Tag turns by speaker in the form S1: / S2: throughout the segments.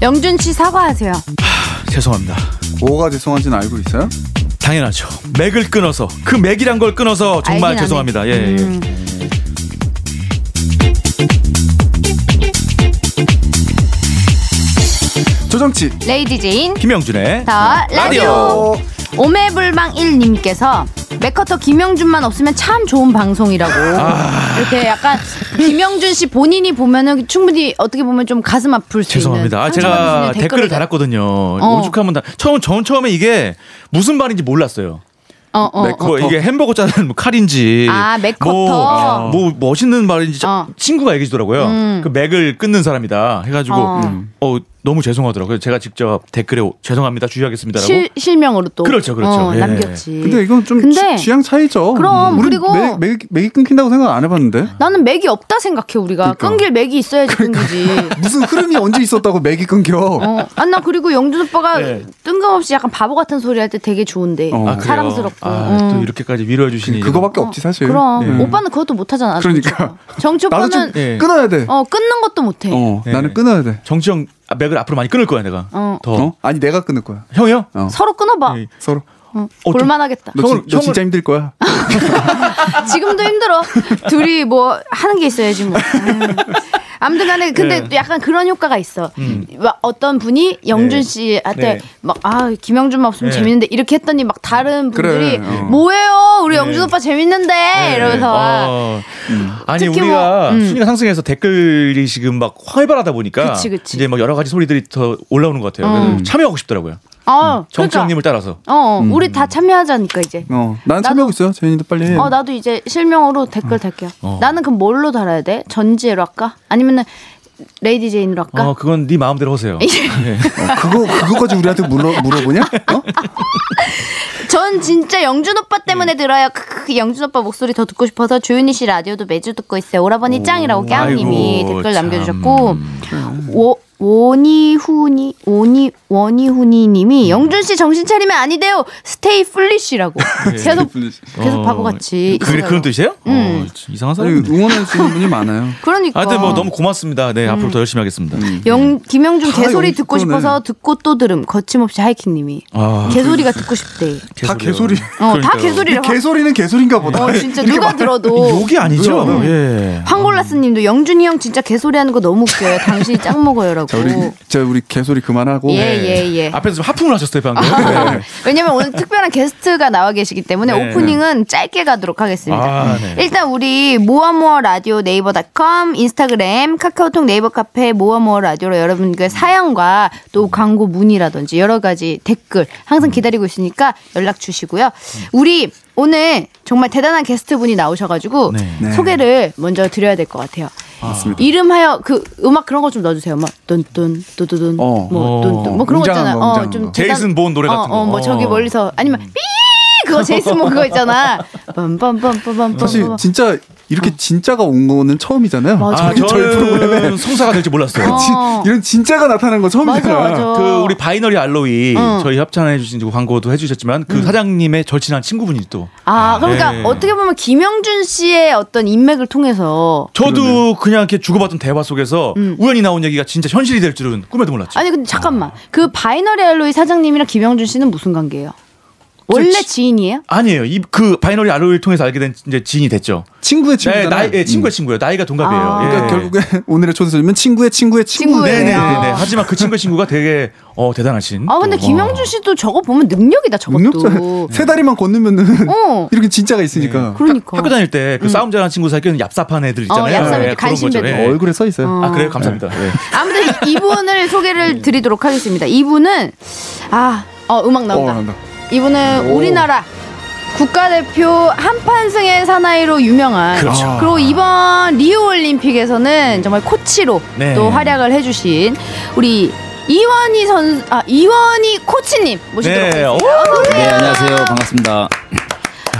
S1: 영준 씨 사과하세요.
S2: 죄송합니다.
S3: 뭐가 죄송한지는 알고 있어요?
S2: 당연하죠. 맥을 끊어서 그 맥이란 걸 끊어서 정말
S1: 알긴
S2: 죄송합니다.
S1: 하네.
S2: 예, 예.
S1: 음.
S3: 조정치
S1: 레이디 제인
S2: 김영준의
S1: 더 라디오.
S2: 라디오.
S3: 음.
S1: 오매불망 1님께서 맥커터 김영준만 없으면 참 좋은 방송이라고 이렇게 약간 김영준 씨 본인이 보면은 충분히 어떻게 보면 좀 가슴 아플 수
S2: 죄송합니다. 아,
S1: 있는 어. 상처받을 수
S2: 제가
S1: 있는
S2: 댓글을 달았거든요. 오죽하면 다 처음 전 처음에 이게 무슨 말인지 몰랐어요.
S1: 어, 어, 어.
S2: 뭐 이게 햄버거 자르는 뭐 칼인지
S1: 아, 맥커터.
S2: 뭐, 뭐 멋있는 말인지 자-
S1: 어. 음.
S2: 친구가 얘기해 주더라고요. 그 맥을 끊는 사람이다 해가지고
S1: 어.
S2: 어, 너무 죄송하더라고요. 제가 직접 댓글에 오- 죄송합니다 주의하겠습니다라고.
S1: 실, 실명으로 또
S2: 그렇죠, 그렇죠.
S1: 어,
S2: 예.
S1: 남겼지.
S3: 근데 이건 좀
S1: 근데
S3: 취, 향 차이죠.
S1: 그럼,
S3: 우리
S1: 그리고-
S3: 맥, 맥, 맥이 끊긴다고 생각 안 해봤는데
S1: 나는 맥이 없다 생각해 우리가
S3: 그러니까.
S1: 끊길 맥이 있어야지 끊기지.
S3: 무슨 흐름이 언제 있었다고 맥이 끊겨?
S1: 어, 아, 나 그리고 영준 오빠가
S2: 예.
S1: 뜬금없이 약간 바보 같은 소리 할 때 되게 좋은데.
S3: 어.
S2: 아, 그래요?
S1: 사랑스럽고.
S2: 아, 또
S1: 음.
S2: 이렇게까지 위로해 주시니
S3: 그거밖에 없지 사실.
S1: 어, 그럼
S3: 예.
S1: 오빠는 그것도 못하잖아.
S3: 그러니까.
S1: 정치
S3: 나도 좀
S1: 오빠는
S2: 예.
S3: 끊어야 돼. 어,
S1: 어 끊는 것도 못해.
S2: 네.
S3: 나는 끊어야 돼.
S2: 정치형 아, 맥을 앞으로 많이 끊을 거야 내가.
S1: 어.
S2: 더
S3: 어? 아니 내가 끊을 거야.
S2: 형이요?
S3: 어.
S1: 서로 끊어봐.
S2: 예.
S3: 서로.
S2: 어, 좀-
S1: 볼만하겠다.
S3: 너,
S2: 형을-
S3: 지, 너
S2: 형을-
S3: 진짜 힘들 거야.
S1: 지금도 힘들어. 둘이 뭐 하는 게 있어야지 뭐. 아유. 아무튼 간에 근데
S2: 네. 음.
S1: 또 약간 그런 효과가 있어. 막 어떤 분이 영준
S2: 네.
S1: 씨한테
S2: 네.
S1: 막 아, 김영준만 없으면
S2: 네.
S1: 재밌는데 이렇게 했더니 막 다른 분들이
S3: 그래, 어.
S1: 뭐예요? 우리
S2: 네.
S1: 영준 오빠 재밌는데
S2: 네.
S1: 이러면서
S2: 어.
S3: 음.
S2: 아니
S1: 특히
S2: 우리가
S1: 뭐, 음.
S2: 순위가 상승해서 댓글이 지금 막 활발하다 보니까
S1: 그치, 그치.
S2: 이제 막 여러 가지 소리들이 더 올라오는 것 같아요. 그래서 참여하고 싶더라고요.
S1: 어, 그러니까.
S2: 음. 정치형님을 음. 따라서.
S1: 어, 우리 다 참여하자니까 이제.
S3: 어, 난
S1: 나도-
S3: 참여하고 있어요. 재인이도 빨리 해.
S1: 어, 나도 이제 실명으로 댓글 달게요.
S2: 어.
S1: 나는 그럼 뭘로 달아야 돼? 전지혜로 할까? 아니면은 레이디 제인으로 할까?
S2: 어, 그건 네 마음대로 하세요.
S3: 어, 그거 그거까지 우리한테 물어 물어보냐? 어?
S1: 전 진짜 영준 오빠
S2: 예.
S1: 때문에 들어요. 크크, 영준 오빠 목소리 더 듣고 싶어서 조윤희 씨 라디오도 매주 듣고 있어요. 오라버니 짱이라고 깨앙님이
S2: 아이고,
S1: 댓글
S2: 참.
S1: 남겨주셨고 오, 원이훈이 원이
S2: 음.
S1: 원이훈이님이 영준 씨 정신 차리면 아니돼요. 스테이 플리시라고 계속 계속
S2: 예. 어,
S1: 바보같이
S2: 그래
S1: 있어요.
S2: 그런 뜻이에요?
S1: 음.
S2: 어, 진짜 이상한
S3: 아니,
S2: 사람.
S3: 응원할 수 있는 분이 많아요.
S1: 그러니까.
S2: 하여튼 뭐 너무 음. 아, 고맙습니다.
S1: 음.
S2: 네 앞으로 더 열심히 하겠습니다.
S3: 음.
S1: 영 김영준
S3: 다
S1: 개소리
S3: 영준
S1: 듣고
S3: 거네.
S1: 싶어서 듣고 또 들음 거침없이 하이킹님이
S2: 아,
S1: 개소리가 듣고 싶대.
S3: 다
S2: 개소리요.
S3: 개소리.
S1: 어, 다
S2: 그러니까요.
S1: 개소리를 확-
S3: 개소리는 개소리인가 보다.
S1: 어, 진짜 누가 들어도
S2: 욕이 아니죠?
S3: 음.
S2: 예.
S1: 황골라스님도 영준이 형 진짜 개소리하는 거 너무 웃겨요. 당신이 짱 먹어요라고.
S3: 자 아, 우리 자 우리 개소리 그만하고.
S1: 예, 예, 아, 예.
S2: 앞에서 좀 하품을 하셨어요 방금. 네.
S1: 왜냐면 오늘 특별한 게스트가 나와 계시기 때문에
S2: 네.
S1: 오프닝은 짧게 가도록 하겠습니다.
S2: 아, 네.
S1: 일단 우리 모아모아 라디오 네이버닷컴 인스타그램 카카오톡 네이버 카페 모아모아 라디오로 여러분들의 사연과 또 광고 문의라든지 여러 가지 댓글 항상 기다리고 있으니까 연락 주시고요. 우리 오늘 정말 대단한 게스트분이 나오셔가지고
S2: 네.
S3: 네.
S1: 소개를 먼저 드려야 될 것 같아요. 이름하여 그 음악 그런 거 좀 넣어주세요. 막 뚠뚠 뚜두둔
S3: 어.
S1: 뭐
S2: 어.
S1: 뚠뚠 뭐 그런 거
S3: 웅장한
S1: 있잖아요.
S3: 거, 웅장한
S1: 어좀
S3: 거.
S2: 제이슨 본 노래 같은
S1: 어, 어,
S2: 거.
S1: 뭐 저기
S2: 어.
S1: 멀리서 아니면 삐 그거 제이슨 뭐 그거 있잖아. 빰빰빰빰빰빰.
S3: 사실 진짜
S1: 어.
S3: 이렇게 진짜가 온 거는 처음이잖아요.
S2: 아,
S3: 저희- 저희
S2: 저는 성사가 될 줄 몰랐어요.
S1: 어.
S3: 진- 이런 진짜가 나타나는 건 처음이잖아요.
S1: 맞아 맞아.
S2: 그 우리 바이너리 알로이
S1: 어.
S2: 저희 협찬해 주신 광고도 해주셨지만 그 사장님의 절친한 친구분이 또
S1: 음. 아 그러니까
S2: 네.
S1: 어떻게 보면 김영준 씨의 어떤 인맥을 통해서
S2: 저도 그냥 이렇게 주고받은 대화 속에서 우연히 나온 얘기가 진짜 현실이 될 줄은 꿈에도
S1: 음.
S2: 몰랐죠.
S1: 아니 근데 잠깐만 그 바이너리 알로이 사장님이랑 김영준 씨는 무슨 관계예요? 원래
S2: 지-
S1: 지인이에요?
S2: 아니에요. 이 그 바이너리 알로이를 통해서 알게 된 이제 지인이 됐죠.
S3: 친구의
S2: 네,
S3: 친구잖아요.
S2: 나이
S3: 음.
S2: 예, 친구의 친구예요. 나이가 동갑이에요.
S1: 아.
S2: 예.
S3: 그러니까 결국에 오늘의 초대손님은 친구의 친구의 친구.
S1: 친구예요.
S2: 네네네.
S1: 아.
S2: 하지만 그 친구의 친구가 되게 어 대단하신.
S1: 아 근데
S2: 또. 어.
S1: 김영준 씨도 저거 보면 능력이다
S3: 능력자
S1: 저것도.
S3: 세 다리만 건너면은
S1: 어.
S3: 이렇게 진짜가 있으니까
S1: 그러니까.
S2: 학교 다닐 때 그 싸움 잘하는 친구 사이에 끼는 얍삽한
S1: 어,
S2: 애들 있잖아요.
S1: 얍삽 이렇게
S2: 그런 거죠.
S1: 간신배들. 네.
S2: 예.
S3: 얼굴에 써 있어요.
S2: 아 그래요? 감사합니다. 예.
S1: 아무튼 이- 이분을 소개를 드리도록 하겠습니다. 이분은 아, 어 음악
S3: 어,
S1: 나온다.
S3: 난다.
S1: 이분은 우리나라 국가대표 한판승의 사나이로 유명한
S2: 그렇죠.
S1: 리고 이번 리우 올림픽에서는 정말 코치로
S2: 네.
S1: 또 활약을 해주신 우리 이원희 선, 아, 이원희 코치님 모시도록
S2: 네.
S1: 하겠습니다.
S2: 오.
S4: 네, 안녕하세요. 반갑습니다.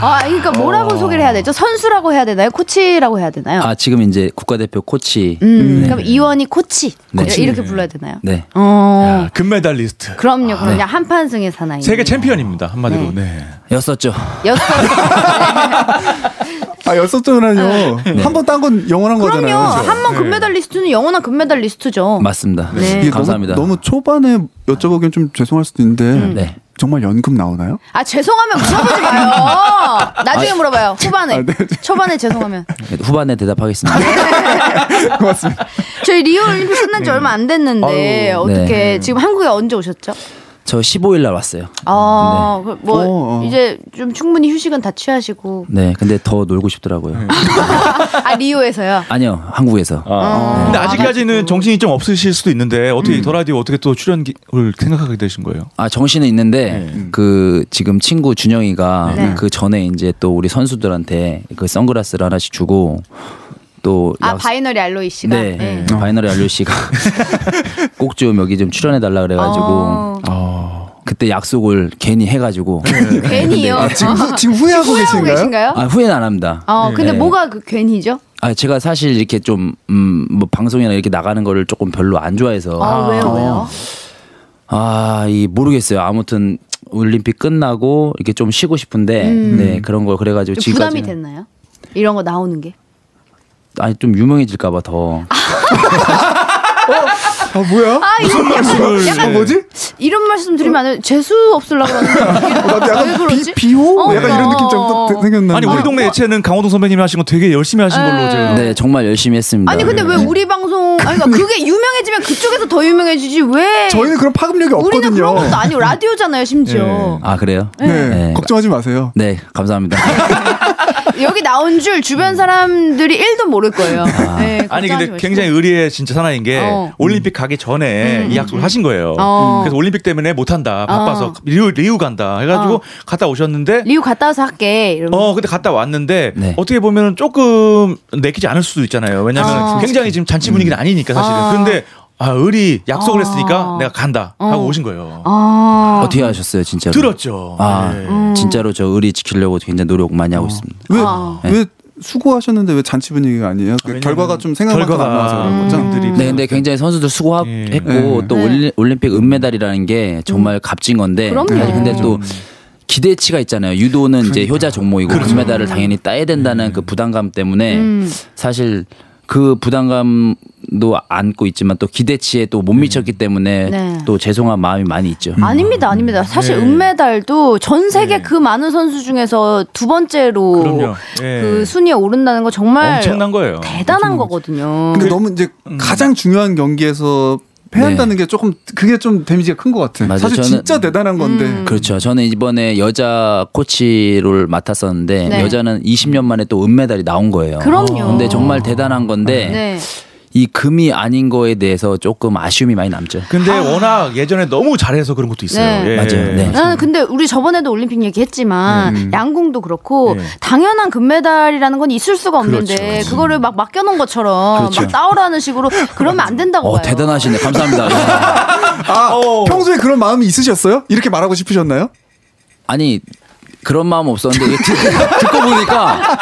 S1: 아, 그러니까 뭐라고
S2: 어.
S1: 소개를 해야 되죠? 선수라고 해야 되나요? 코치라고 해야 되나요?
S4: 아 지금 이제 국가대표 코치.
S1: 음, 그럼 이원이 코치.
S4: 코치.
S1: 이렇게 불러야 되나요?
S4: 네.
S1: 어.
S2: 금메달리스트.
S1: 그럼요. 그럼요. 한판승의 사나이.
S2: 세계 챔피언입니다. 한마디로. 네.
S4: 였었죠.
S1: 여섯.
S3: 아, 열었잖아요. 한 번 딴 건 영원한
S1: 네. 그럼요.
S3: 거잖아요.
S1: 한 번
S2: 네.
S1: 금메달리스트는 영원한 금메달리스트죠.
S4: 그렇죠. 맞습니다.
S1: 네.
S3: 그렇죠? 이게
S4: 감사합니다.
S3: 너무, 너무 초반에 여쭤보기엔 좀 죄송할 수도 있는데
S1: 음.
S4: 네.
S3: 정말 연금 나오나요?
S1: 아, 죄송하면 물어보지 마요. 나중에 물어봐요. 초반에. 초반에 죄송하면.
S4: 후반에
S1: 아,
S4: 대답하겠습니다.
S1: 네.
S3: 고맙습니다.
S1: 저희 리오 올림픽 끝난 지 얼마 안 됐는데
S4: 아유,
S1: 어떻게
S4: 네.
S1: 지금 한국에 언제 오셨죠?
S4: 저 15일 날 왔어요.
S1: 아, 그 뭐
S3: 어, 어.
S1: 이제 좀 충분히 휴식은 다 취하시고
S4: 네. 근데 더 놀고 싶더라고요.
S1: 아 리오에서요.
S4: 아니요. 한국에서.
S2: 근데 아. 아직까지는 정신이 좀 없으실 수도 있는데 어떻게 더 라디오 어떻게 또 출연을 생각하게 되신 거예요?
S4: 아 정신은 있는데 그 지금 친구 준영이가
S1: 네.
S4: 그 전에 이제 또 우리 선수들한테 그 선글라스를 하나씩 주고 또
S1: 아
S4: 약속-
S1: 바이너리 알로이 씨가
S4: 네, 바이너리 알류 씨가 꼭 좀 여기 좀 출연해 달라 그래가지고
S1: 어.
S4: 그때 약속을 괜히 해가지고
S1: 네. 괜히요. 어.
S4: 아,
S3: 지금, 후- 지금 후회하고
S1: 후회하고
S3: 계신가요?
S1: 계신가요?
S4: 아, 후회는 안 합니다.
S1: 어 근데 뭐가 그 괜히죠?
S4: 아 제가 사실 이렇게 좀뭐 방송이나 이렇게 나가는 거를 조금 별로 안 좋아해서
S1: 아, 왜요 왜요?
S4: 아, 이 모르겠어요. 아무튼 올림픽 끝나고 이렇게 좀 쉬고 싶은데 네 그런 걸 그래가지고
S1: 음. 좀 부담이
S4: 지금까지
S1: 됐나요? 이런 거 나오는 게.
S4: 아니 좀 유명해질까봐 더
S3: 아, 뭐야?
S1: 아 이런 약간,
S3: 어,
S1: 약간
S3: 뭐지?
S1: 이런 말씀 드리면 안 돼요. 재수 없으려고
S3: 어, 나도
S1: 그러는데 아, 왜
S3: 약간
S1: 그러지?
S3: 비, 비호?
S1: 어,
S3: 약간
S1: 그러니까.
S3: 이런 느낌 좀 생겼나?
S2: 음. 아니 우리 동네 예체는 강호동 선배님이 하신 거 되게 열심히 하신 걸로 제가
S4: 네, 정말 열심히 했습니다. 네.
S1: 아니
S3: 네.
S1: 근데 왜 우리 방송 아니 그러니까 그게 유명해지면 그쪽에서 더 유명해지지 왜?
S3: 저희는 그런 파급력이
S1: 네. 우리는
S3: 없거든요.
S1: 그런 것도 아니고 라디오잖아요 심지어
S4: 아 그래요?
S3: 네.
S4: 네.
S3: 걱정하지 마세요.
S4: 네, 감사합니다.
S1: 아, 여기 나온 줄 주변 사람들이 일도 모를 거예요 네, 걱정하지
S2: 아니 근데
S1: 마시고.
S2: 굉장히 의리의 진짜 사나이인 게
S1: 어.
S2: 올림픽 가기 전에 이 약속을 하신 거예요.
S1: 어.
S2: 그래서 올림픽 때문에 못 한다. 바빠서
S1: 어.
S2: 리우 리우 간다. 해가지고
S1: 어.
S2: 갔다 오셨는데
S1: 리우 갔다 와서 할게 이러면
S2: 어 근데 갔다 왔는데
S4: 네.
S2: 어떻게 보면 조금 내키지 않을 수도 있잖아요. 왜냐하면
S1: 어.
S2: 굉장히 지금 잔치 분위기는
S4: 음.
S2: 아니니까 사실은.
S1: 어.
S2: 근데 아 의리 약속을 했으니까
S1: 어.
S2: 내가 간다 하고 오신 거예요.
S1: 아. 어.
S4: 어떻게 하셨어요, 진짜로?
S2: 들었죠.
S4: 아,
S2: 네.
S1: 음.
S4: 진짜로 저 의리 지키려고 굉장히 노력 많이 하고 있습니다.
S3: 왜,
S1: 아.
S3: 왜 수고하셨는데 왜 잔치 분위기가 아니에요? 그
S2: 네. 왜냐면 음. 그렇죠.
S3: 결과가 좀 생각만큼 안 나와서 그런 거죠?
S2: 사람들이
S4: 네, 근데 굉장히 선수들 수고했고
S3: 음. 예.
S4: 또 올리, 올림픽 은메달이라는 게 정말 값진 건데.
S1: 네. 음. 그럼요.
S4: 아니, 근데
S3: 음.
S4: 또 기대치가 있잖아요. 유도는 이제 효자 종목이고
S3: 그렇죠.
S4: 금메달을 당연히 따야 된다는
S3: 예.
S4: 그 부담감 때문에
S1: 음.
S4: 사실 그 부담감도 안고 있지만 또 기대치에 또
S3: 음.
S4: 못 미쳤기 때문에
S1: 네.
S4: 또 죄송한 마음이 많이 있죠.
S1: 아닙니다, 아닙니다. 사실
S2: 네.
S1: 은메달도 전 세계 그 많은 선수 중에서 두 번째로
S2: 그럼요. 예.
S1: 그 순위에 오른다는 거 정말
S2: 어, 엄청난 거예요.
S1: 대단한 거거든요.
S3: 근데 너무 이제
S2: 음.
S3: 가장 중요한 경기에서 패한다는
S1: 네.
S3: 게 조금 그게 좀 데미지가 큰 것 같아.
S4: 맞아요.
S3: 사실
S4: 저는-
S3: 진짜 대단한 건데.
S1: 음.
S4: 그렇죠. 저는 이번에 여자 코치를 맡았었는데
S1: 네.
S4: 여자는 20년 만에 또 은메달이 나온 거예요.
S1: 그럼요.
S4: 근데 정말 대단한 건데
S1: 네.
S4: 이 금이 아닌 거에 대해서 조금 아쉬움이 많이 남죠.
S1: 그
S2: 근데 워낙 예전에 너무 잘해서 그런 것도 있어요.
S1: 네.
S2: 예.
S4: 맞아요. 네.
S1: 나는 근데 우리 저번에도 올림픽 얘기했지만 양궁도 그렇고
S2: 네.
S1: 당연한 금메달이라는 건 있을 수가 없는데 그거를막 맡겨놓은 것처럼 막 따오라는 식으로 그러면 안 된다고
S4: 어
S1: 봐요.
S4: 대단하시네. 감사합니다. 예. 야.
S3: 아,
S2: 어.
S3: 평소에 그런 마음이 있으셨어요? 이렇게 말하고 싶으셨나요?
S4: 아니 그런 마음 없었는데 이거 듣- 듣고 보니까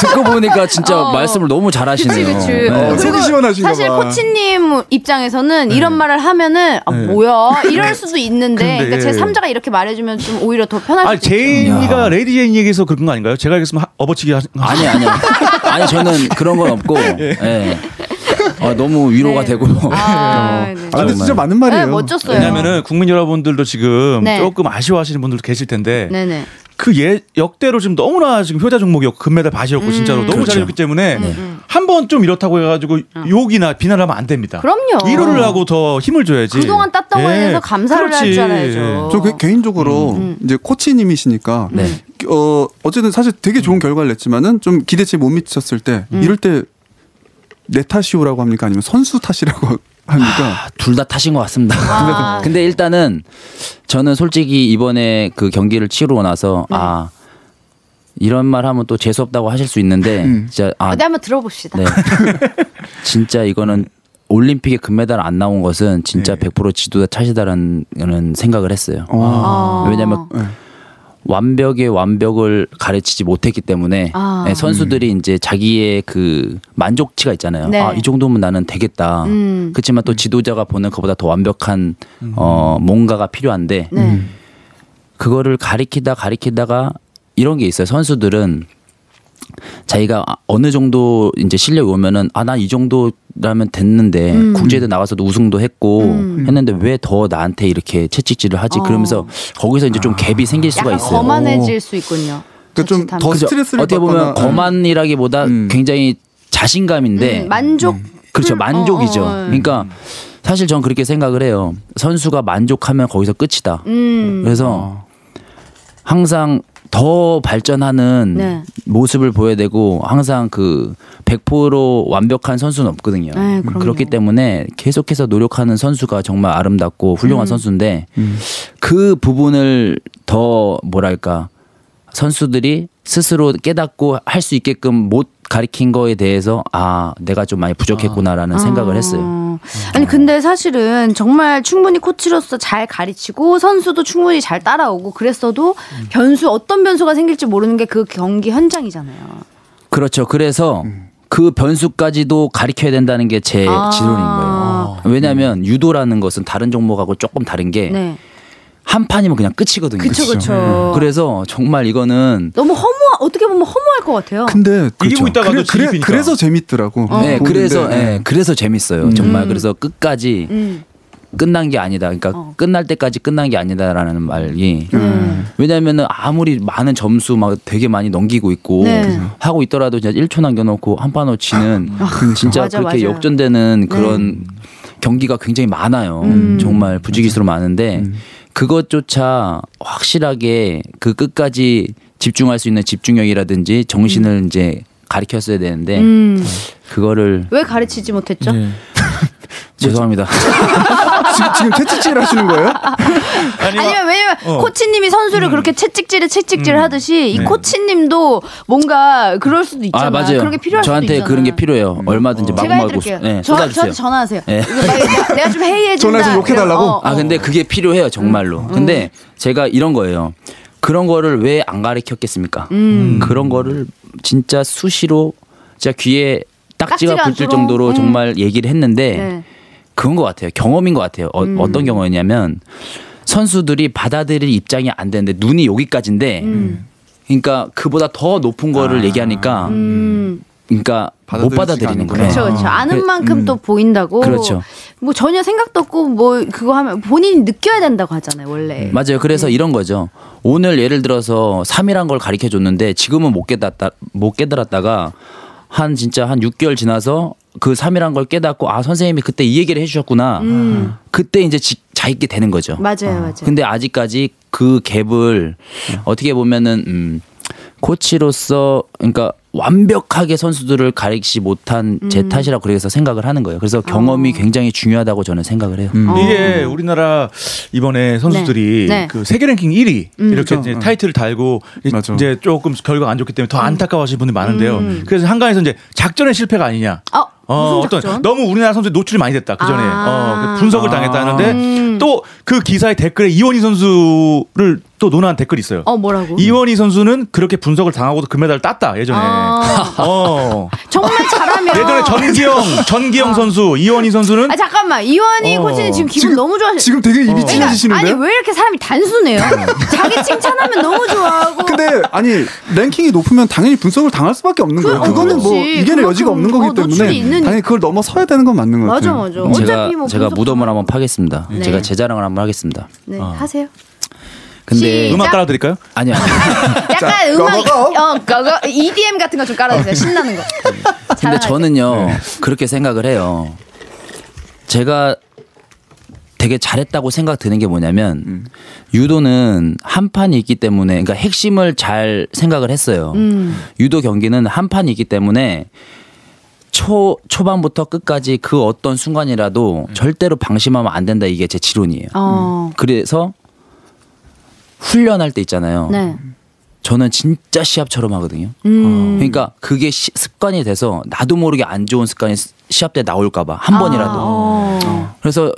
S4: 듣고 보니까 진짜
S1: 어.
S4: 말씀을 너무
S1: 그치
S4: 잘하시네요.
S1: 그치.
S4: 네.
S3: 어, 속이 시원하신가
S1: 사실
S3: 봐.
S1: 코치님 입장에서는 이런 말을 하면은 아, 뭐야 이럴 수도 있는데
S2: 근데,
S1: 그러니까 제
S2: 예.
S1: 3자가 이렇게 말해주면 좀 오히려 더 편할 수도
S2: 아
S1: 있죠.
S2: 제인이가 레이디 제인 얘기해서 그런 거 아닌가요? 제가 알겠으면 하- 업어치기 하
S4: 아니 아니 아니 저는 그런 건 없고 예. 아, 너무 위로가
S1: 네.
S4: 되고 어,
S1: 아, 네.
S3: 아, 근데
S4: 정말.
S3: 진짜 맞는
S1: 네,
S3: 말이에요.
S1: 멋졌어요.
S2: 왜냐면은 국민 여러분들도 지금
S1: 네.
S2: 조금 아쉬워하시는 분들도 계실 텐데
S1: 네네.
S2: 그 예, 역대로 지금 너무나 지금 효자 종목이었고 금메달
S1: 음.
S2: 바지였고 진짜로 너무
S4: 그렇죠.
S2: 잘했기 때문에
S1: 네.
S2: 한 번 좀 이렇다고 해가지고 욕이나 비난하면 안 됩니다.
S1: 아. 그럼요.
S2: 위로를 하고 더 힘을 줘야지. 예.
S1: 그동안 땄던 거에 대해서 감사를 할 줄
S2: 어.
S1: 알아야죠.
S3: 저 개, 인적으로
S1: 음,
S3: 이제 코치님이시니까
S1: 네.
S3: 어 어쨌든 사실 되게
S1: 음.
S3: 좋은 결과를 냈지만은 좀 기대치에 못 미쳤을 때 이럴 때 내 탓이오라고 합니까 아니면 선수 탓이라고 합니까?
S4: 아, 둘 다 타신 것 같습니다.
S1: 아.
S4: 근데 일단은 저는 솔직히 이번에 그 경기를 치르고 나서
S1: 네.
S4: 아 이런 말 하면 또 재수 없다고 하실 수 있는데
S1: 음.
S4: 진짜 아
S1: 어디 한번 들어봅시다.
S4: 네. 진짜 이거는 올림픽에 금메달 안 나온 것은
S3: 네. 아.
S4: 진짜 100% 지도자 차시다라는 생각을 했어요.
S3: 어.
S1: 아.
S4: 왜냐면 완벽의 완벽을 가르치지 못했기 때문에
S1: 아.
S4: 예, 선수들이
S3: 음.
S4: 이제 자기의 그 만족치가 있잖아요.
S1: 네.
S4: 아, 이 정도면 나는 되겠다.
S1: 음.
S4: 그렇지만 또 지도자가 보는 그보다 더 완벽한
S3: 음.
S4: 어, 뭔가가 필요한데
S1: 네.
S4: 그거를 가리키다 가리키다가 이런 게 있어요. 선수들은 자기가 아- 어느 정도 이제 실력이 오면은 아 나 이 정도라면 됐는데
S1: 음.
S4: 국제에도 나가서도 우승도 했고 했는데 왜 더 나한테 이렇게 채찍질을 하지?
S1: 어.
S4: 그러면서 거기서 이제 좀
S3: 아.
S4: 갭이 생길 수가
S1: 약간
S4: 있어요.
S1: 거만해질 수 있군요.
S3: 그러니까 좀
S1: 자칫하면.
S3: 더
S4: 그죠?
S3: 스트레스를
S4: 어떻게
S3: 받거나-
S4: 보면 거만이라기보다
S3: 음.
S4: 굉장히 자신감인데
S1: 음, 만족.
S4: 네. 그렇죠 만족이죠.
S1: 어, 어, 어.
S4: 그러니까 사실 전 그렇게 생각을 해요. 선수가 만족하면 거기서 끝이다.
S1: 음.
S4: 그래서 항상 더 발전하는
S1: 네.
S4: 모습을 보여야 되고 항상 그 100% 완벽한 선수는 없거든요.
S1: 네, 그럼요.
S4: 그렇기 때문에 계속해서 노력하는 선수가 정말 아름답고 훌륭한
S1: 음.
S4: 선수인데 그 부분을 더 뭐랄까 선수들이 스스로 깨닫고 할 수 있게끔 못 가리킨 거에 대해서 아 내가 좀 많이
S1: 아.
S4: 부족했구나라는 생각을 했어요.
S1: 어. 아니 근데 사실은 정말 충분히 코치로서 잘 가르치고 선수도 충분히 잘 따라오고 그랬어도
S4: 음.
S1: 변수 어떤 변수가 생길지 모르는 게 그 경기 현장이잖아요.
S4: 그렇죠. 그래서 그 변수까지도 가리켜야 된다는 게 제
S1: 아.
S4: 지론인 거예요. 왜냐하면 유도라는 것은 다른 종목하고 조금 다른 게 한
S1: 네.
S4: 판이면 그냥 끝이거든요.
S1: 그쵸 그쵸.
S4: 그래서 정말 이거는
S1: 너무 허무하 어떻게 보면 허무할 것 같아요. 어.
S3: 근데 그렇죠.
S2: 이기고 있다가도
S3: 그래, 그래-
S2: 진입이니까.
S3: 그래서 재밌더라고.
S4: 네,
S3: 보는데.
S4: 그래서
S1: 예.
S3: 네.
S4: 네, 그래서 재밌어요. 정말 그래서 끝까지
S1: 음.
S4: 끝난 게 아니다. 그러니까
S1: 어.
S4: 끝날 때까지 끝난 게 아니다라는 말이 왜냐면은 아무리 많은 점수 막 되게 많이 넘기고 있고
S1: 네.
S4: 하고 있더라도 진짜 1초 남겨놓고 한 판 어치는 진짜
S1: 맞아, 네.
S4: 그렇게
S1: 맞아요.
S4: 역전되는 그런 경기가 굉장히 많아요.
S1: 음.
S4: 정말 부지기수로 많은데 그것조차 확실하게 그 끝까지 집중할 수 있는 집중력이라든지 정신을 이제 가르쳤어야 되는데
S1: 음.
S4: 그거를
S1: 왜 가르치지 못했죠?
S4: 네. 죄송합니다.
S3: 아, 지금, 지금 채찍질 하시는 거예요?
S1: 아니면 왜냐면
S2: 어.
S1: 코치님이
S4: 음.
S1: 선수를 그렇게 채찍질에 채찍질 하듯이 이 코치님도 뭔가 그럴 수도 있잖아요.
S4: 네. 아 맞아요.
S1: 그런 게 필요할 수도
S4: 저한테
S1: 있잖아요.
S4: 그런 게 필요해요.
S3: 음. 어.
S4: 얼마든지
S1: 제가
S4: 마구마구
S1: 해드릴게요.
S4: 네,
S1: 저,
S4: 쏟아주세요.
S1: 저한테 전화하세요.
S4: 예.
S1: 이거 막 내가 좀 해이해진다.
S3: 전화해서 욕해달라고?
S1: 그럼, 어,
S4: 아
S1: 어.
S4: 근데 그게 필요해요 정말로.
S1: 음.
S4: 근데 제가 이런 거예요. 그런 거를 왜 안 가르쳤겠습니까?
S1: 음.
S4: 그런 거를 진짜 수시로 진짜 귀에 딱지가
S1: 딱지가
S4: 붙을
S1: 들어.
S4: 정도로
S1: 음.
S4: 정말 얘기를 했는데
S1: 네. 음.
S4: 그건 것 같아요. 경험인 것 같아요. 어, 떤 경험이냐면 선수들이 받아들일 입장이 안 되는데 눈이 여기까지인데 그러니까 그보다 더 높은 거를 얘기하니까
S1: 음.
S4: 그러니까 못
S3: 아. 받아들일
S4: 받아들이는
S3: 수가
S4: 거예요.
S1: 그렇죠, 그렇죠. 아는 만큼 또 보인다고.
S4: 그렇죠.
S1: 뭐 전혀 생각도 없고 뭐 그거 하면 본인이 느껴야 된다고 하잖아요, 원래.
S4: 맞아요.
S1: 음.
S4: 그래서 이런 거죠. 오늘 예를 들어서 3이란 걸 가르쳐 줬는데 지금은 못 깨닫다 못 깨달았다가 한 진짜 한 6개월 지나서 그 3이란 걸 깨닫고 아 선생님이 그때 이 얘기를 해 주셨구나. 그때 이제 지- 자 있게 되는 거죠.
S1: 음. 맞아요, 맞아요.
S4: 근데 아직까지 그 갭을 어떻게 보면은 음, 코치로서 그러니까 완벽하게 선수들을 가리지 못한
S1: 음.
S4: 제 탓이라고 그래서 생각을 하는 거예요. 그래서 경험이 굉장히 중요하다고 저는 생각을 해요.
S1: 어.
S2: 이게 우리나라 이번에
S1: 네.
S2: 선수들이
S1: 음. 네.
S2: 그 세계 랭킹 1위 이렇게 이제
S3: 그렇죠.
S2: 타이틀을 달고 이-
S3: 맞아.
S2: 이제 조금 결과가 안 좋기 때문에
S1: 음.
S2: 더 안타까워하시는 분들이 많은데요. 그래서 한강에서 이제 작전의 실패가 아니냐.
S1: 어,
S2: 어,
S1: 무슨
S2: 어떤
S1: 작전?
S2: 너무 우리나라 선수들이 노출이 많이 됐다 그 전에
S1: 아. 음.
S2: 어, 그 분석을 당했다는데 또 그 기사의 댓글에 이원희 선수를 또 논한 댓글이 있어요.
S1: 어, 뭐라고?
S2: 이원희 선수는 그렇게 분석을 당하고도 금메달을 땄다 예전에.
S1: 아.
S2: 어.
S1: 정말 잘하면
S2: 예전에 전기영 전기영 선수 이원희 선수는
S1: 아 잠깐만 이완희 코치님 지금 기분 너무 좋아하시
S3: 지금 되게 입이
S1: 그러니까, 아니
S3: 찢어지시는데요?
S1: 왜 이렇게 사람이 단순해요? 자기 칭찬하면 너무 좋아하고
S3: 근데 아니 랭킹이 높으면 당연히 분석을 당할 수밖에 없는
S1: 그-
S3: 거예요.
S1: 어,
S3: 그거는 뭐
S1: 그렇지.
S3: 이겨낼
S1: 그만큼,
S3: 여지가 없는 거기
S1: 어, 노출이
S3: 때문에
S1: 있는-
S3: 당연히 그걸 넘어서야 되는 건 맞는 거
S1: 맞아
S3: 같아요.
S1: 맞아.
S4: 제가
S1: 어차피 뭐
S4: 제가
S1: 분석-
S4: 무덤을 한번 파겠습니다.
S1: 네.
S4: 제가 제 자랑을 한번 하겠습니다.
S1: 네, 하세요.
S4: 근데
S1: 시작.
S2: 음악 깔아드릴까요?
S4: 아니요.
S1: 약간 음악 어 그거 EDM 같은 거 좀 깔아주세요. 신나는 거.
S4: 근데
S1: 잘하네.
S4: 저는요 그렇게 생각을 해요. 제가 되게 잘했다고 생각 드는 게 뭐냐면
S1: 음.
S4: 유도는 한 판이 있기 때문에 그러니까 핵심을 잘 생각을 했어요.
S1: 음.
S4: 유도 경기는 한 판이 있기 때문에 초 초반부터 끝까지 그 어떤
S1: 음.
S4: 순간이라도 절대로 방심하면 안 된다 이게 제 지론이에요.
S1: 어.
S4: 그래서 훈련할 때 있잖아요.
S1: 네.
S4: 저는 진짜 시합처럼 하거든요.
S1: 음.
S4: 그러니까 그게 시- 습관이 돼서 나도 모르게 안 좋은 습관이 시- 시합 때 나올까봐 한 아, 번이라도.
S1: 아, 어.
S4: 그래서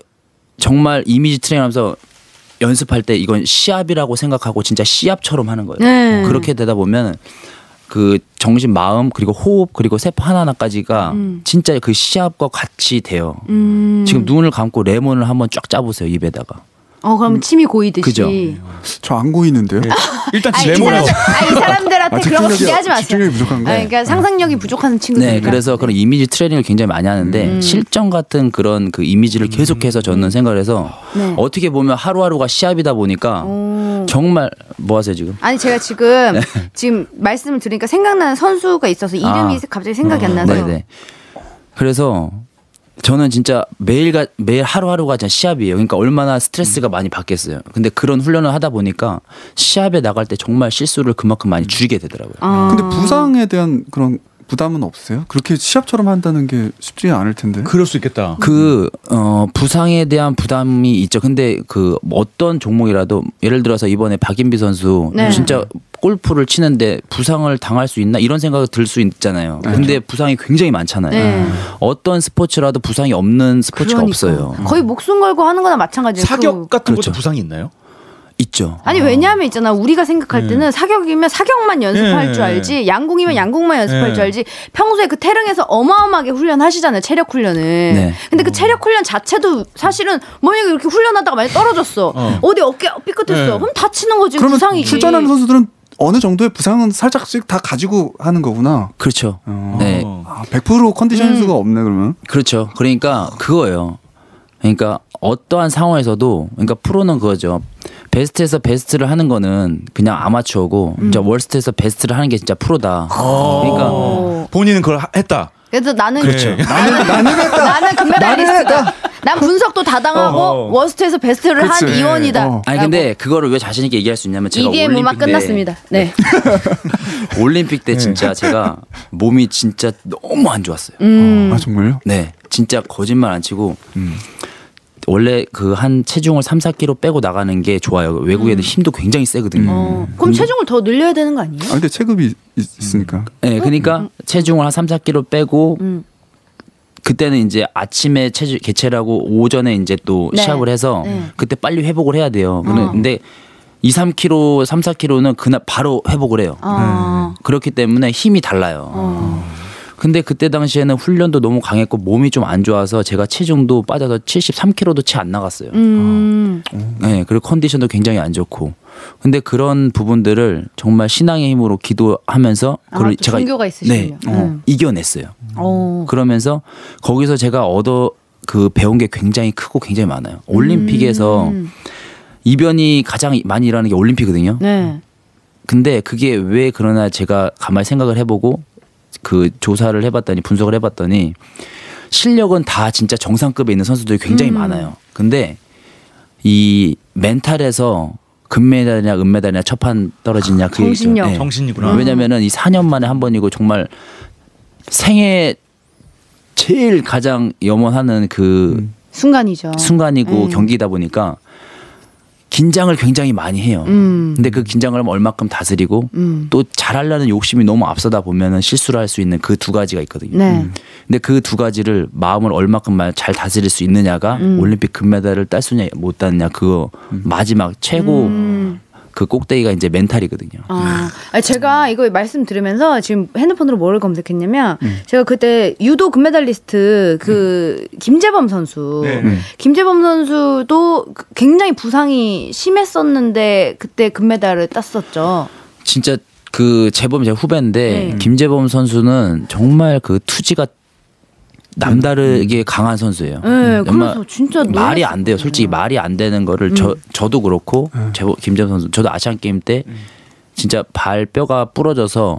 S4: 정말 이미지 트레이닝하면서 연습할 때 이건 시합이라고 생각하고 진짜 시합처럼 하는 거예요. 뭐
S1: 네.
S4: 그렇게 되다 보면 그 정신, 마음 그리고 호흡 그리고 세포 하나하나까지가 진짜 그 시합과 같이 돼요.
S1: 음.
S4: 지금 눈을 감고 레몬을 한번 쫙 짜보세요 입에다가.
S1: 어 그럼 침이 고이듯이.
S4: 음. 그죠.
S3: 저 안 고이는데요.
S2: 일단
S1: 아이, 이
S2: 레몬을
S1: 사람들, 아이 사람들한테
S3: 아,
S1: 네, 그런 거
S3: 집중력이-
S1: 기대하지 마세요.
S3: 집중력이 부족한 거예요?
S1: 아니, 그러니까 상상력이 부족한 친구들.
S4: 네, 그래서 그런 이미지 트레이닝을 굉장히 많이 하는데
S1: 음.
S4: 실전 같은 그런 그 이미지를 계속해서 저는 생각을 해서
S1: 네.
S4: 어떻게 보면 하루하루가 시합이다 보니까 정말 뭐 하세요 지금?
S1: 아니 제가 지금
S4: 네.
S1: 지금 말씀을 들으니까 생각나는 선수가 있어서 이름이
S4: 아.
S1: 갑자기 생각이 안 나서.
S4: 네네. 그래서 저는 진짜 매일가 매일 하루하루가 진짜 시합이에요. 그러니까 얼마나
S1: 음.
S4: 스트레스가 많이 받겠어요. 근데 그런 훈련을 하다 보니까 시합에 나갈 때 정말 실수를
S1: 음.
S4: 그만큼 많이 줄이게 되더라고요.
S1: 아.
S3: 근데 부상에 대한 그런 부담은 없어요? 그렇게 시합처럼 한다는 게 쉽지 않을 텐데.
S2: 그럴 수 있겠다.
S4: 그, 어, 부상에 대한 부담이 있죠. 근데 그뭐 어떤 종목이라도 예를 들어서 이번에 박인비 선수
S1: 네.
S4: 진짜 골프를 치는데 부상을 당할 수 있나 이런 생각이 들 수 있잖아요. 근데 부상이 굉장히 많잖아요.
S1: 네.
S4: 어떤 스포츠라도 부상이 없는 스포츠가 없어요.
S1: 그러니까 거의 목숨 걸고 하는 거나 마찬가지예요. 그-
S2: 사격 같은
S4: 그렇죠.
S2: 것도 부상이 있나요?
S4: 있죠.
S1: 아니 왜냐하면 있잖아 우리가 생각할 때는 사격이면 사격만 연습할
S2: 예.
S1: 줄 알지 양궁이면 양궁만 연습할
S2: 예.
S1: 줄 알지 평소에 그 태릉에서 어마어마하게 훈련하시잖아요 체력 훈련을
S4: 네.
S1: 근데 그 체력 훈련 자체도 사실은 만약에 이렇게 훈련하다가 만약 떨어졌어
S2: 어.
S1: 어. 디 어깨 삐끗했어
S2: 예.
S1: 그럼 다치는 거지
S3: 그러면
S1: 부상이지
S3: 출전하는 선수들은 어느 정도의 부상은 살짝씩 다 가지고 하는 거구나.
S4: 그렇죠. 네.
S2: 어.
S3: 아, 100%
S1: 음.
S3: 컨디션일 수가 없네 그러면.
S4: 그렇죠. 그러니까 그거예요. 그러니까 어떠한 상황에서도 그러니까 프로는 그거죠. 베스트에서 베스트를 하는 거는 그냥 아마추어고
S1: 음.
S4: 진짜 월스트에서 베스트를 하는 게 진짜 프로다. 그러니까
S1: 어.
S2: 본인은 그걸 하- 했다.
S1: 그래서 나는
S2: 그렇죠.
S1: 나는 나는 그 금메달리스트다 난 분석도 다 당하고
S2: 어.
S1: 워스트에서 베스트를 한
S3: 그치.
S1: 이원이다
S3: 어.
S4: 아니 근데 그거를 왜 자신 있게 얘기할 수 있냐면
S1: 그러니까
S4: 제가
S1: 뭐 이게
S4: 올림픽
S1: 음악
S4: 때
S1: 끝났습니다 네
S4: 올림픽 때 진짜 제가 몸이 진짜 너무 안 좋았어요.
S1: 음.
S3: 아 정말요?
S4: 네, 진짜 거짓말 안 치고 원래 그 한 체중을 3, 4kg 빼고 나가는 게 좋아요. 외국 애들 힘도 굉장히 세거든요.
S1: 음. 어. 그럼 체중을 더 늘려야 되는 거 아니에요?
S3: 아 근데 체급이 있, 있으니까.
S1: 어?
S4: 네,
S1: 음,
S4: 그러니까 체중을 한 3, 4kg 빼고 그때는 이제 아침에 체중 개체라고 오전에 이제 또
S1: 네.
S4: 시합을 해서
S1: 네. 어.
S4: 그때 빨리 회복을 해야 돼요. 근데, 근데 2, 3kg, 3, 4kg는 그날 바로 회복을 해요.
S1: 아.
S4: 그렇기 때문에 힘이 달라요.
S1: 어.
S4: 근데 그때 당시에는 훈련도 너무 강했고 몸이 좀 안 좋아서 제가 체중도 빠져서 73kg도 채 안 나갔어요.
S1: 음.
S4: 네, 그리고 컨디션도 굉장히 안 좋고. 근데 그런 부분들을 정말 신앙의 힘으로 기도하면서
S1: 아, 또 종교가 있으시군요.
S4: 네, 어,
S1: 음.
S4: 이겨냈어요.
S1: 어.
S4: 그러면서 거기서 제가 얻어 그 배운 게 굉장히 크고 굉장히 많아요. 올림픽에서
S1: 음.
S4: 이변이 가장 많이 일하는 게 올림픽이거든요.
S1: 네.
S4: 근데 그게 왜 그러나 제가 가만히 생각을 해보고 그 조사를 해봤더니 분석을 해봤더니 실력은 다 진짜 정상급에 있는 선수들이 굉장히
S1: 음.
S4: 많아요. 근데 이 멘탈에서 금메달이냐 은메달이냐 첫판 떨어지냐 그게
S2: 네.
S4: 좀-
S1: 정신력.
S2: 정신이구나.
S1: 음.
S4: 왜냐면은 이 4년 만에 한 번이고 정말 생애 제일 가장 염원하는 그
S2: 음.
S1: 순간이죠.
S4: 어. 순간이고
S1: 음.
S4: 경기다 보니까 긴장을 굉장히 많이 해요.
S1: 음.
S4: 근데 그 긴장을 얼마큼 다스리고
S1: 음.
S4: 또 잘하려는 욕심이 너무 앞서다 보면은 실수를 할 수 있는 그 두 가지가 있거든요.
S1: 네.
S4: 근데 그 두 가지를 마음을 얼마큼 잘 다스릴 수 있느냐가
S1: 음.
S4: 올림픽 금메달을 딸 수냐 못 따느냐 그거 마지막 최고
S1: 음.
S4: 그 꼭대기가 이제 멘탈이거든요.
S1: 아, 아니, 제가 이거 말씀 들으면서 지금 핸드폰으로 뭐를 검색했냐면
S4: 음.
S1: 제가 그때 유도 금메달리스트 그 김재범 선수,
S2: 네.
S4: 음.
S1: 김재범 선수도 그- 굉장히 부상이 심했었는데 그때 금메달을 땄었죠.
S4: 진짜 그 재범 제 후배인데
S1: 네.
S4: 김재범 선수는 정말 그 투지가 남다르게 강한 선수예요.
S1: 네,
S4: 정말
S1: 그래서 진짜 음.
S4: 말이 안 돼요. 솔직히 말이 안 되는 거를 저 저도 그렇고 재범- 김재범 선수 저도 아시안 게임 때 진짜 발뼈가 부러져서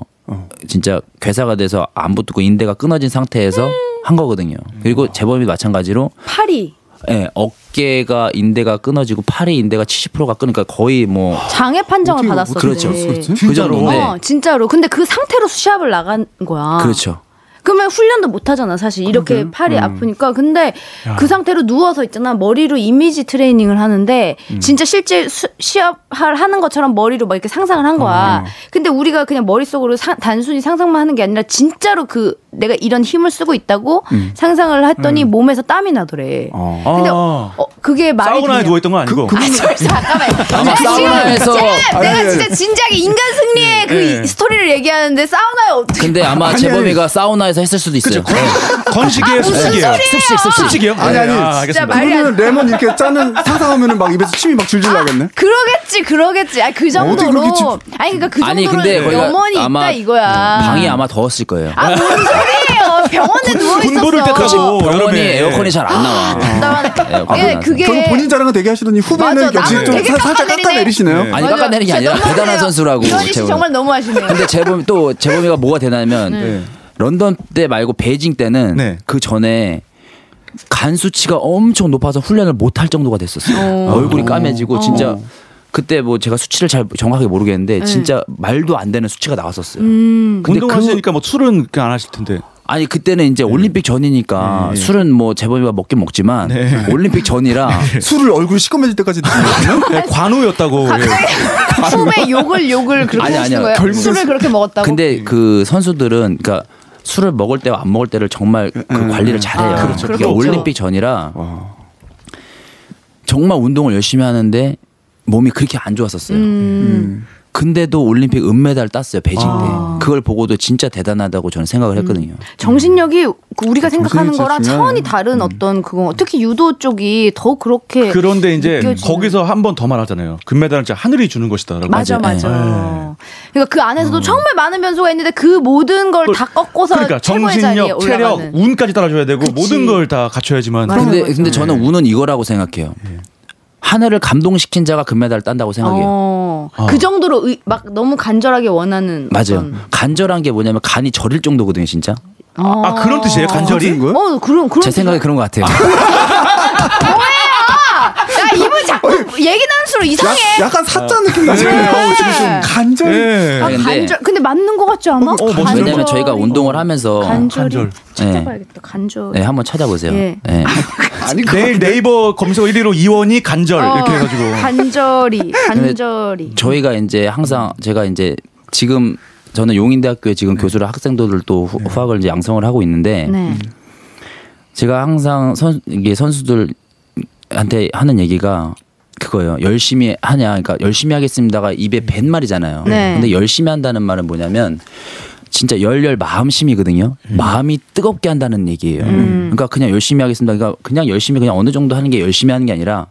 S4: 진짜 괴사가 돼서 안 붙고 인대가 끊어진 상태에서
S1: 음.
S4: 한 거거든요. 그리고 재범이 마찬가지로
S1: 팔이
S4: 예, 어깨가 인대가 끊어지고 팔의 인대가 70%가 끊으니까 거의 뭐
S1: 장애 판정을
S3: 어떻게
S1: 받았었는데.
S4: 그렇죠.
S3: 그렇지?
S4: 그 정도인데
S1: 어, 네. 진짜로. 근데 그 상태로 시합을 나간 거야.
S4: 그렇죠.
S1: 그러면 훈련도 못 하잖아, 사실. 이렇게 팔이 아프니까. 근데 그 상태로 누워서 있잖아. 머리로 이미지 트레이닝을 하는데 진짜 실제 수- 시합을 하는 것처럼 머리로 막 이렇게 상상을 한 거야. 근데 우리가 그냥 머릿속으로 사- 단순히 상상만 하는 게 아니라 진짜로 그 내가 이런 힘을 쓰고 있다고 상상을 했더니 몸에서 땀이 나더래.
S3: 어.
S1: 근데
S2: 아.
S1: 어, 그게 말이
S2: 사우나에
S1: 되냐.
S2: 누워 있던 건 아니고
S1: 아, 저 잠깐만.
S4: 아마
S1: 나 지금
S4: 사우나에서-
S1: 지금
S3: 아니,
S1: 내가
S3: 아니,
S1: 진짜 진작에 인간 승리의 그
S2: 예.
S1: 이- 스토리를 얘기하는데 사우나에 어떻게
S4: 근데 아마
S3: 아니,
S4: 재범이가 사우나에서 했을 수도 있어요.
S1: 아,
S2: 건식이에요, 습식이에요.
S4: 습식 습식.
S2: 습식이요?
S3: 아니, 아니.
S2: 아,
S1: 진짜
S2: 알겠습니다.
S1: 말- 말이 안
S3: 그러면 레몬 이렇게 짜는 상상하면은 막 입에서 침이 막 줄줄 나겠네.
S1: 그러겠지, 그러겠지. 아니 그
S3: 어떻게
S1: 정도로.
S3: 그렇게
S1: 아니 그러니까 그
S4: 네. 아니, 근데
S1: 정도로
S4: 거기가
S1: 염원이
S4: 아마
S1: 있다
S4: 음,
S1: 이거야.
S4: 방이 아마 더웠을 거예요.
S1: 아, 뭔 소리예요? 병원에 누워 있었어. 아.
S2: 군부를 때까지.
S4: 병원이
S2: 여름에.
S4: 에어컨이 잘 안 나와.
S1: 답답하네.
S4: 예,
S1: 예, 그게
S3: 저는 본인 자랑은 되게 하시더니 후배는
S1: 맞아,
S3: 역시
S1: 나는
S3: 좀
S1: 되게
S3: 사- 살짝
S1: 깎아내리네.
S3: 깎아내리시네요.
S2: 네.
S4: 아니 깎아내는 게 아니라 대단한 선수라고
S1: 이현희 씨
S4: 재범이.
S1: 정말 너무하시네요.
S4: 근데 재범이 또 재범이가 뭐가 되냐면
S1: 네.
S4: 런던 때 말고 베이징 때는
S2: 네.
S4: 그 전에 간 수치가 엄청 높아서 훈련을 못 할 정도가 됐었어요.
S1: 어.
S4: 얼굴이 까매지고 진짜 그때 뭐 제가 수치를 잘 정확하게
S1: 네.
S4: 모르겠는데 진짜 말도 안 되는 수치가 나왔었어요.
S1: 음.
S4: 근데 그
S2: 운동하시니까 뭐 술은 그냥 안 하실 텐데.
S4: 아니 그때는 이제
S1: 네.
S4: 올림픽 전이니까 술은 뭐 재범이가 먹긴 먹지만
S1: 네.
S4: 올림픽 전이라
S3: 술을 얼굴 시꺼매질 때까지 드시거든요.
S2: 네, 관우였다고.
S1: 아,
S2: 예.
S1: 후배 욕을 욕을 그렇게
S4: 아니,
S1: 하시는
S4: 아니요.
S1: 거예요?
S3: 결국은
S1: 술을
S3: 술-
S1: 그렇게 먹었다고?
S4: 근데 그 선수들은 그러니까 술을 먹을 때와 안 먹을 때를 정말 그 관리를 잘해요.
S1: 아, 그렇죠.
S4: 그게
S1: 그렇죠.
S4: 올림픽 전이라 정말 운동을 열심히 하는데 몸이 그렇게 안 좋았었어요.
S1: 음.
S4: 근데도 올림픽 은메달 땄어요 베이징 때.
S1: 아.
S4: 그걸 보고도 진짜 대단하다고 저는 생각을
S1: 음.
S4: 했거든요.
S1: 정신력이 그 우리가 생각하는
S3: 정신이
S1: 거랑
S3: 진짜
S1: 차원이 다른 어떤 그거 특히 유도 쪽이 더 그렇게
S2: 예. 그런데 이제
S1: 느껴지는-
S2: 거기서 한 번 더 말하잖아요. 금메달은 진짜 하늘이 주는 것이다라고.
S1: 맞아
S4: 맞아.
S1: 맞아. 그러니까 그 안에서도 정말 많은 변수가 있는데 그 모든 걸 다 꺾어서
S2: 그러니까
S1: 최고의 자리에
S2: 정신력, 체력,
S1: 올라가는.
S2: 운까지 따라줘야 되고 모든 걸 다 갖춰야지만.
S4: 근데
S1: 네.
S4: 근데 저는 운은 이거라고 생각해요. 하늘을 감동시킨 자가 금메달을 딴다고 생각해요.
S1: 어, 그 정도로 의- 막 너무 간절하게 원하는
S4: 맞아요.
S1: 어떤-
S4: 간절한 게 뭐냐면 간이 저릴 정도거든요, 진짜.
S1: 어.
S2: 아 그런 뜻이에요
S3: 그런
S2: 간절히?
S3: 거예요?
S1: 어 그런 그런
S4: 제 생각에 그런 것 같아요.
S1: 야 이분 자꾸 얘기 나눌수록 이상해.
S3: 야- 약간 사자 느낌 나시네요. 지금 좀 간절히.
S2: 예.
S1: 아,
S4: 근데-
S1: 간절 근데 맞는 것 같지 않아?
S2: 어, 멋있어.
S1: 간절히-
S4: 왜냐면 저희가 운동을 하면서
S1: 간절히
S2: 간절.
S1: 찾아봐야겠다. 간절.
S4: 네, 한번 찾아보세요.
S1: 예.
S4: 네.
S3: 아니 그
S2: 내일 네이버 검색어 1위로 이원이 간절
S1: 어,
S2: 이렇게 해가지고.
S1: 간절히 간절히.
S4: 저희가 이제 항상 제가 이제 지금 저는 용인대학교에 지금 교수를 학생들을 또 후- 후학을 이제 양성을 하고 있는데
S1: 네.
S4: 제가 항상 선 이게 선수들한테 하는 얘기가 그거예요. 열심히 하냐. 그러니까 열심히 하겠습니다가 입에 밴 말이잖아요.
S1: 네.
S4: 근데 열심히 한다는 말은 뭐냐면 진짜 열렬 마음심이거든요. 마음이 뜨겁게 한다는 얘기예요. 그러니까 그냥 열심히 하겠습니다. 그러니까 그냥 열심히 그냥 어느 정도 하는 게 열심히 하는 게 아니라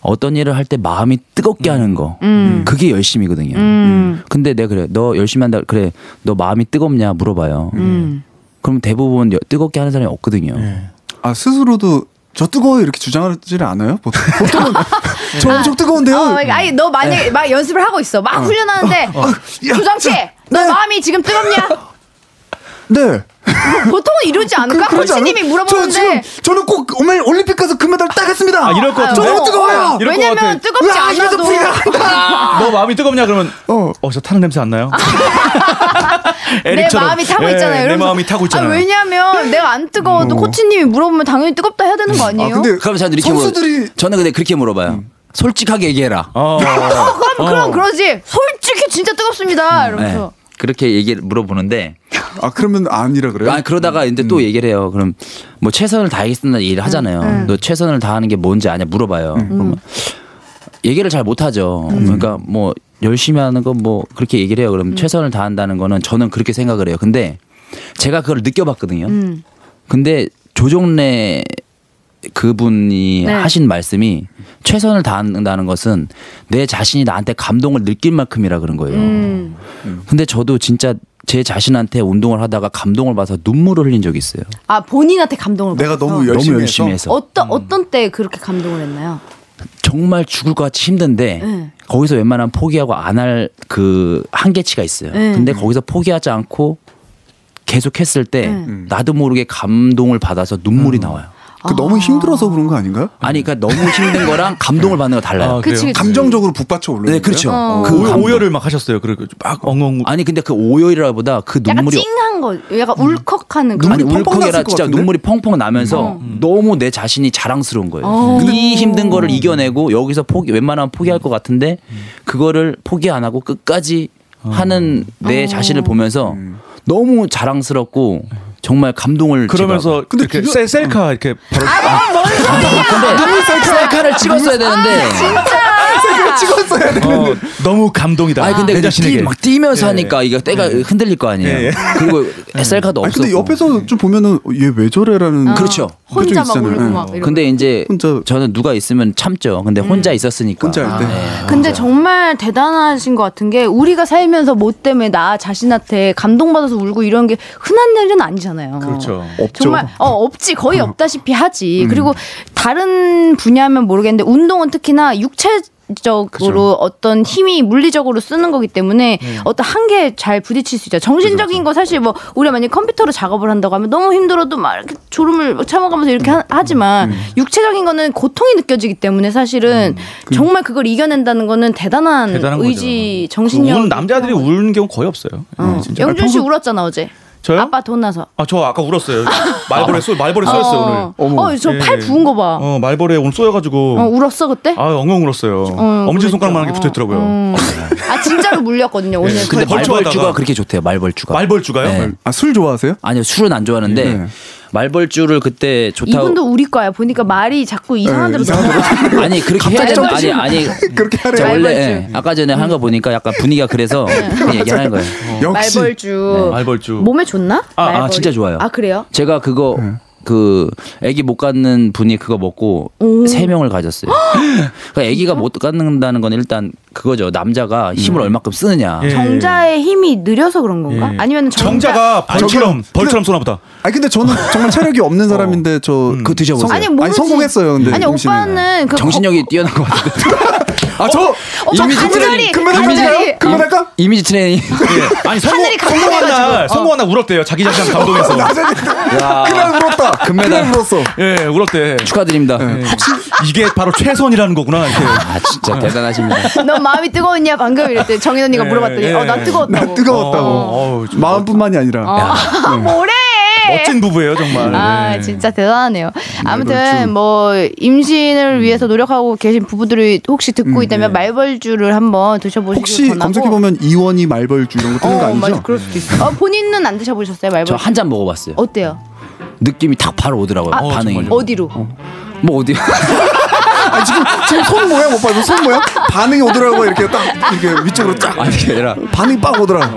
S4: 어떤 일을 할 때 마음이 뜨겁게 하는 거. 그게 열심이거든요.
S1: 음.
S4: 근데 내가 그래. 너 열심히 한다. 그래. 너 마음이 뜨겁냐 물어봐요.
S1: 음.
S4: 그럼 대부분 여- 뜨겁게 하는 사람이 없거든요.
S3: 아 스스로도 저 뜨거워 이렇게 주장하지를 않아요. 보통 보통은 저 엄청 뜨거운데요.
S1: 어, 그러니까 아니 너 만약에 막 연습을 하고 있어. 막 훈련하는데 조정치 너
S3: 아, 네.
S1: 마음이 지금 뜨겁냐?
S3: 네.
S1: 보통은 이러지 않을까?
S3: 그러지 않아요?
S1: 그러니까 코치님이 물어보는데
S3: 저 지금 저는 꼭 오늘 올림픽 가서 금메달 따겠습니다.
S2: 아, 이럴 것
S1: 아유,
S2: 같은데?
S3: 너무 뜨거워요.
S2: 이럴 것
S1: 어, 왜냐면
S2: 같아.
S1: 뜨겁지
S3: 으아, 입에서
S1: 않아도
S3: 불이 나간다.
S1: 아.
S2: 너 마음이 뜨겁냐 그러면
S3: 어.
S2: 어 저 타는 냄새 안 나요?
S1: 아. 내
S2: 에릭처럼.
S1: 마음이 타고
S2: 예,
S1: 있잖아요.
S2: 내
S1: 이러면서.
S2: 마음이 타고 있잖아요.
S1: 아, 왜냐면 내가 안 뜨거워도 코치님이 물어보면 당연히 뜨겁다 해야 되는 거 아니에요?
S3: 음. 아, 근데
S4: 그럼 저는 이렇게
S3: 선수들이 음.
S4: 물어, 저는 근데 그렇게 물어봐요. 솔직하게 얘기해라.
S2: 어.
S1: 어, 그럼 그럼 그러지. 솔직히 진짜
S2: 음.
S1: 뜨겁습니다. 이러면서.
S4: 네. 그렇게 얘기를 물어보는데
S3: 아 그러면 아니라 그래요? 음.
S4: 아 그러다가 이제 또 얘기를 해요. 그럼 뭐 최선을 다하겠습니다 얘기를 하잖아요. 너 최선을 다하는 게 뭔지 아냐 물어봐요.
S3: 음.
S4: 그러면 얘기를 잘 못하죠.
S1: 음.
S4: 그러니까 뭐 열심히 하는 건 뭐 그렇게 얘기를 해요. 그럼 최선을 다한다는 거는 저는 그렇게 생각을 해요. 근데 제가 그걸 느껴봤거든요.
S1: 음.
S4: 근데 조정래 그분이
S1: 네.
S4: 하신 말씀이 최선을 다한다는 것은 내 자신이 나한테 감동을 느낄 만큼이라 그런 거예요.
S1: 음.
S4: 근데 저도 진짜 제 자신한테 운동을 하다가 감동을 봐서 눈물을 흘린 적이 있어요.
S1: 아 본인한테 감동을
S3: 네. 내가
S1: 받아서.
S3: 너무 열심히,
S4: 너무 열심히 해서
S2: 음.
S1: 어떤 어떤 때 그렇게 감동을 했나요?
S4: 정말 죽을 것 같이 힘든데
S1: 네.
S4: 거기서 웬만하면 포기하고 안 할 그 한계치가 있어요.
S1: 네.
S4: 근데 거기서 포기하지 않고 계속 했을
S1: 네.
S4: 때 나도 모르게 감동을 받아서 눈물이 나와요.
S3: 그
S1: 아.
S3: 너무 힘들어서 그런 거 아닌가요?
S4: 아니 그러니까 너무 힘든 거랑 감동을 받는 거 달라요.
S2: 아,
S1: 그치,
S2: 그래요?
S1: 그치.
S3: 감정적으로 북받쳐 올르는
S4: 네, 그렇죠.
S1: 어.
S4: 그
S2: 오,
S4: 감동.
S2: 오열을 막 하셨어요. 그리고 막 엉엉
S4: 아니 근데 그 오열이라보다 그
S1: 약간
S4: 눈물이
S1: 찡한 거, 약간 울컥하는 그런.
S4: 아니
S3: 음. 눈물이 펑펑
S4: 울컥해라
S3: 났을 것
S4: 진짜
S3: 같은데? 음.
S4: 눈물이 펑펑 나면서 너무 내 자신이 자랑스러운 거예요.
S1: 어.
S4: 이 힘든 거를 이겨내고 여기서 포기 웬만하면 포기할 것 같은데 그거를 포기 안 하고
S3: 어. 음.
S4: 끝까지 하는 내 자신을 보면서 너무 자랑스럽고 정말 감동을
S2: 그러면서
S4: 제가-
S2: 근데 이렇게
S3: 그거-
S2: 셀, 셀카 이렇게 바로
S1: 아,
S4: 근데 아, 셀카를 아, 찍었어야 되는데
S3: 찍었어야 돼.
S4: 어,
S1: 그
S2: 너무 감동이다.
S4: 아니 근데
S2: 내
S4: 그
S2: 자신에게.
S4: 뛰, 막 뛰면서
S2: 예.
S4: 하니까 이게 때가 흔들릴 거 아니에요.
S2: 예, 예.
S4: 그리고 셀카도
S3: 아니
S4: 없었고.
S3: 근데 옆에서 좀 보면은 얘 왜 저래라는
S4: 그렇죠.
S1: 아, 혼자 막
S3: 음,
S1: 울고
S3: 그쪽이 있잖아요. 네. 음.
S1: 막. 이러고.
S4: 근데 이제
S3: 혼자- 음.
S4: 저는 누가 있으면 참죠. 근데 혼자 있었으니까.
S3: 혼자 할 때.
S4: 네.
S1: 근데 정말 대단하신 것 같은 게 우리가 살면서 뭐 때문에 나 자신한테 감동받아서 울고 이런 게 흔한 일은 아니잖아요.
S2: 그렇죠.
S3: 없죠.
S1: 정말 어 없지 거의
S2: 음.
S1: 없다시피 하지. 그리고 다른 분야면 모르겠는데 운동은 특히나 육체 적으로
S2: 그죠.
S1: 어떤 힘이 물리적으로 쓰는 거기 때문에
S2: 음.
S1: 어떤 한계에 잘 부딪힐 수 있죠. 정신적인 거 사실 뭐 우리가 만약 에 컴퓨터로 작업을 한다고 하면 너무 힘들어도 막 이렇게 졸음을 막 참아가면서 이렇게 하, 지만
S2: 음.
S1: 육체적인 거는 고통이 느껴지기 때문에 사실은 정말 그걸 이겨낸다는 거는 대단한,
S2: 대단한
S1: 의지,
S2: 거죠.
S1: 정신력.
S2: 그 우는 남자들이 우는 경우 거의 없어요.
S1: 어.
S2: 예, 진짜.
S1: 영준 씨
S2: 아니, 평소-
S1: 울었잖아 어제.
S2: 저요?
S1: 아빠 돈 나서.
S2: 아, 저 아까 울었어요. 말벌에 쏘 말벌에
S1: 어,
S2: 쏘였어요 오늘.
S1: 어, 저 팔
S2: 예.
S1: 부은 거 봐.
S2: 어, 말벌에 오늘 쏘여가지고
S1: 어, 울었어 그때?
S2: 아 엉엉 울었어요.
S1: 어,
S2: 엄지 손가락만한 게
S1: 그랬죠.
S2: 붙어있더라고요.
S1: 음. 아 진짜로 물렸거든요 오늘.
S2: 예,
S4: 네. 근데
S2: 거의
S4: 말벌주가
S2: 벌초하다가-
S4: 그렇게 좋대요. 말벌주가.
S2: 말벌주가요?
S4: 네.
S3: 아 술 좋아하세요?
S4: 아니요 술은 안 좋아하는데
S3: 네.
S4: 말벌주를 그때 좋다고.
S1: 이분도 우리 거야 보니까 말이 자꾸 이상한
S3: 네,
S1: 데로
S3: 이상한
S1: 넘어가.
S4: 아니 그렇게 해야 되는 아니 아니.
S3: 그렇게 하래.
S4: 자,
S3: 요
S4: 원래
S1: 말벌주. 네.
S4: 예, 아까 전에 한 거 보니까 약간 분위기가 그래서 그냥 얘기하는 거예요.
S3: 역시
S1: 어. 말벌주.
S2: 말벌주.
S1: 몸에 좋나?
S4: 네, 아, 아,
S1: 말벌.
S4: 진짜 좋아요.
S1: 아 그래요?
S4: 제가 그거
S1: 네.
S4: 그 아기 못 갖는 분이 그거 먹고 세 명을 가졌어요. 그러니까 아기가 못 갖는다는 건 일단 그거죠. 남자가 힘을 얼마큼 쓰느냐.
S3: 네.
S2: 예.
S1: 정자의 힘이 느려서 그런 건가?
S2: 예.
S1: 아니면 정자...
S2: 정자가 벌처럼
S3: 저기요.
S2: 벌처럼 쏘나보다.
S3: 아니 근데 저는 정말 체력이 없는 사람인데 저
S4: 어. 음. 그거 드셔보세요.
S1: 아니 모르지.
S3: 성공했어요. 근데
S1: 아니
S3: 임신은.
S1: 오빠는 어. 그
S4: 정신력이 뛰어난 것 같은데.
S3: 아저
S1: 오빠 간절히, 어? 간절히.
S3: 그만할까요? 그만할까?
S4: 음? 이미지 트레이닝.
S2: 예. 아니 성공
S1: 하늘이
S2: 성공한 날
S1: 감동해가지고. 어.
S2: 성공한 날 울었대요. 자기 자신 감동해서.
S4: 야,
S3: 그날 울었다.
S4: 금메달.
S3: 그날 울었어.
S2: 예 울었대. 예.
S4: 축하드립니다.
S2: 이게 바로 최선이라는 거구나. 이렇게.
S4: 네. 아 진짜 대단하십니다.
S1: 거- 너 마음이 뜨거웠냐 방금 이랬더니 정인 언니가
S2: 예,
S1: 물어봤더니
S2: 예,
S1: 어 나
S2: 예.
S1: 뜨거웠다고.
S3: 나 네. 뜨거웠다고.
S2: 어, 어우, 좀
S3: 마음뿐만이 아니라
S1: 어. 뭐래?
S2: 멋진 부부예요 정말.
S1: 아
S2: 예.
S1: 진짜 대단하네요. 아무튼
S3: 말벌주.
S1: 뭐
S3: 음.
S1: 임신을 위해서 노력하고 계신 부부들이 혹시 듣고 있다면 말벌주를 한번 드셔보시길
S3: 네. 혹시
S1: 권하고.
S3: 검색해 보면 이원희 말벌주 이런 거 뜨는 거
S1: 어, 맞아,
S3: 아니죠? 네.
S1: 그럴 수도 있어. 요 본인은 안 드셔보셨어요 말벌?
S4: 저 한 잔 먹어봤어요.
S1: 어때요?
S4: 느낌이 딱 바로 오더라고요.
S1: 아,
S4: 반응이.
S1: 어디로?
S4: 뭐 어디?
S3: 아 지금 지금 손 모양 오빠 이거 손 모양 반응이 오더라고 이렇게 딱 이렇게 위쪽으로 쫙
S4: 아니 어. 그게 아니라
S3: 반응이 빡 오더라.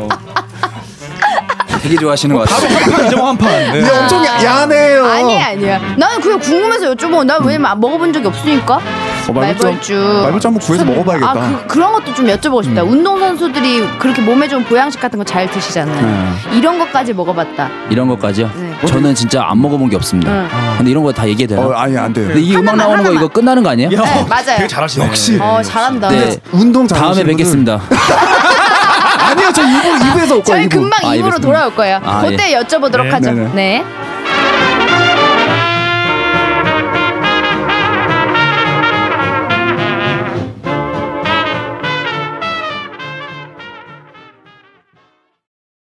S4: 되게 좋아하시는 것 같아요.
S1: 네.
S2: 한판 이제 한판. 네.
S3: 얘 엄청 야- 야하네요.
S1: 어. 아니야 아니야. 나는 그냥 궁금해서 여쭤본. 난 왜냐면 안 먹어본 적이 없으니까.
S3: 어, 말벌주
S1: 말벌주.
S3: 한- 말벌주 한번 구해서 먹어봐야겠다. 음.
S1: 아, 그, 런 것도 좀 여쭤보고 싶다. 운동 선수들이 그렇게 몸에 좋은 보양식 같은 거 잘
S3: 네.
S1: 드시잖아요. 이런 것까지 먹어봤다.
S4: 이런 것까지요.
S1: 네.
S4: 저는 진짜 안 먹어본 게 없습니다. 근데 이런 거 다 얘기해도 되나?
S3: 어 아니 안 돼요.
S4: 근데 이 음악 나오는 거 이거 끝나는 거 아니에요?
S1: 네, 맞아요.
S2: 되게 잘하시네.
S3: 역시.
S1: 어 잘한다.
S4: 네.
S3: 운동 잘
S4: 다음에
S3: 하시는 분들-
S4: 뵙겠습니다.
S3: 아니요 저 입, 입에서 올 거예요.
S1: 저희
S3: 입으로.
S1: 금방
S4: 아,
S1: 입으로
S4: 알겠습니다.
S1: 돌아올 거예요.
S4: 아,
S1: 그때 여쭤보도록
S2: 네.
S1: 하죠.
S3: 네네.
S1: 네.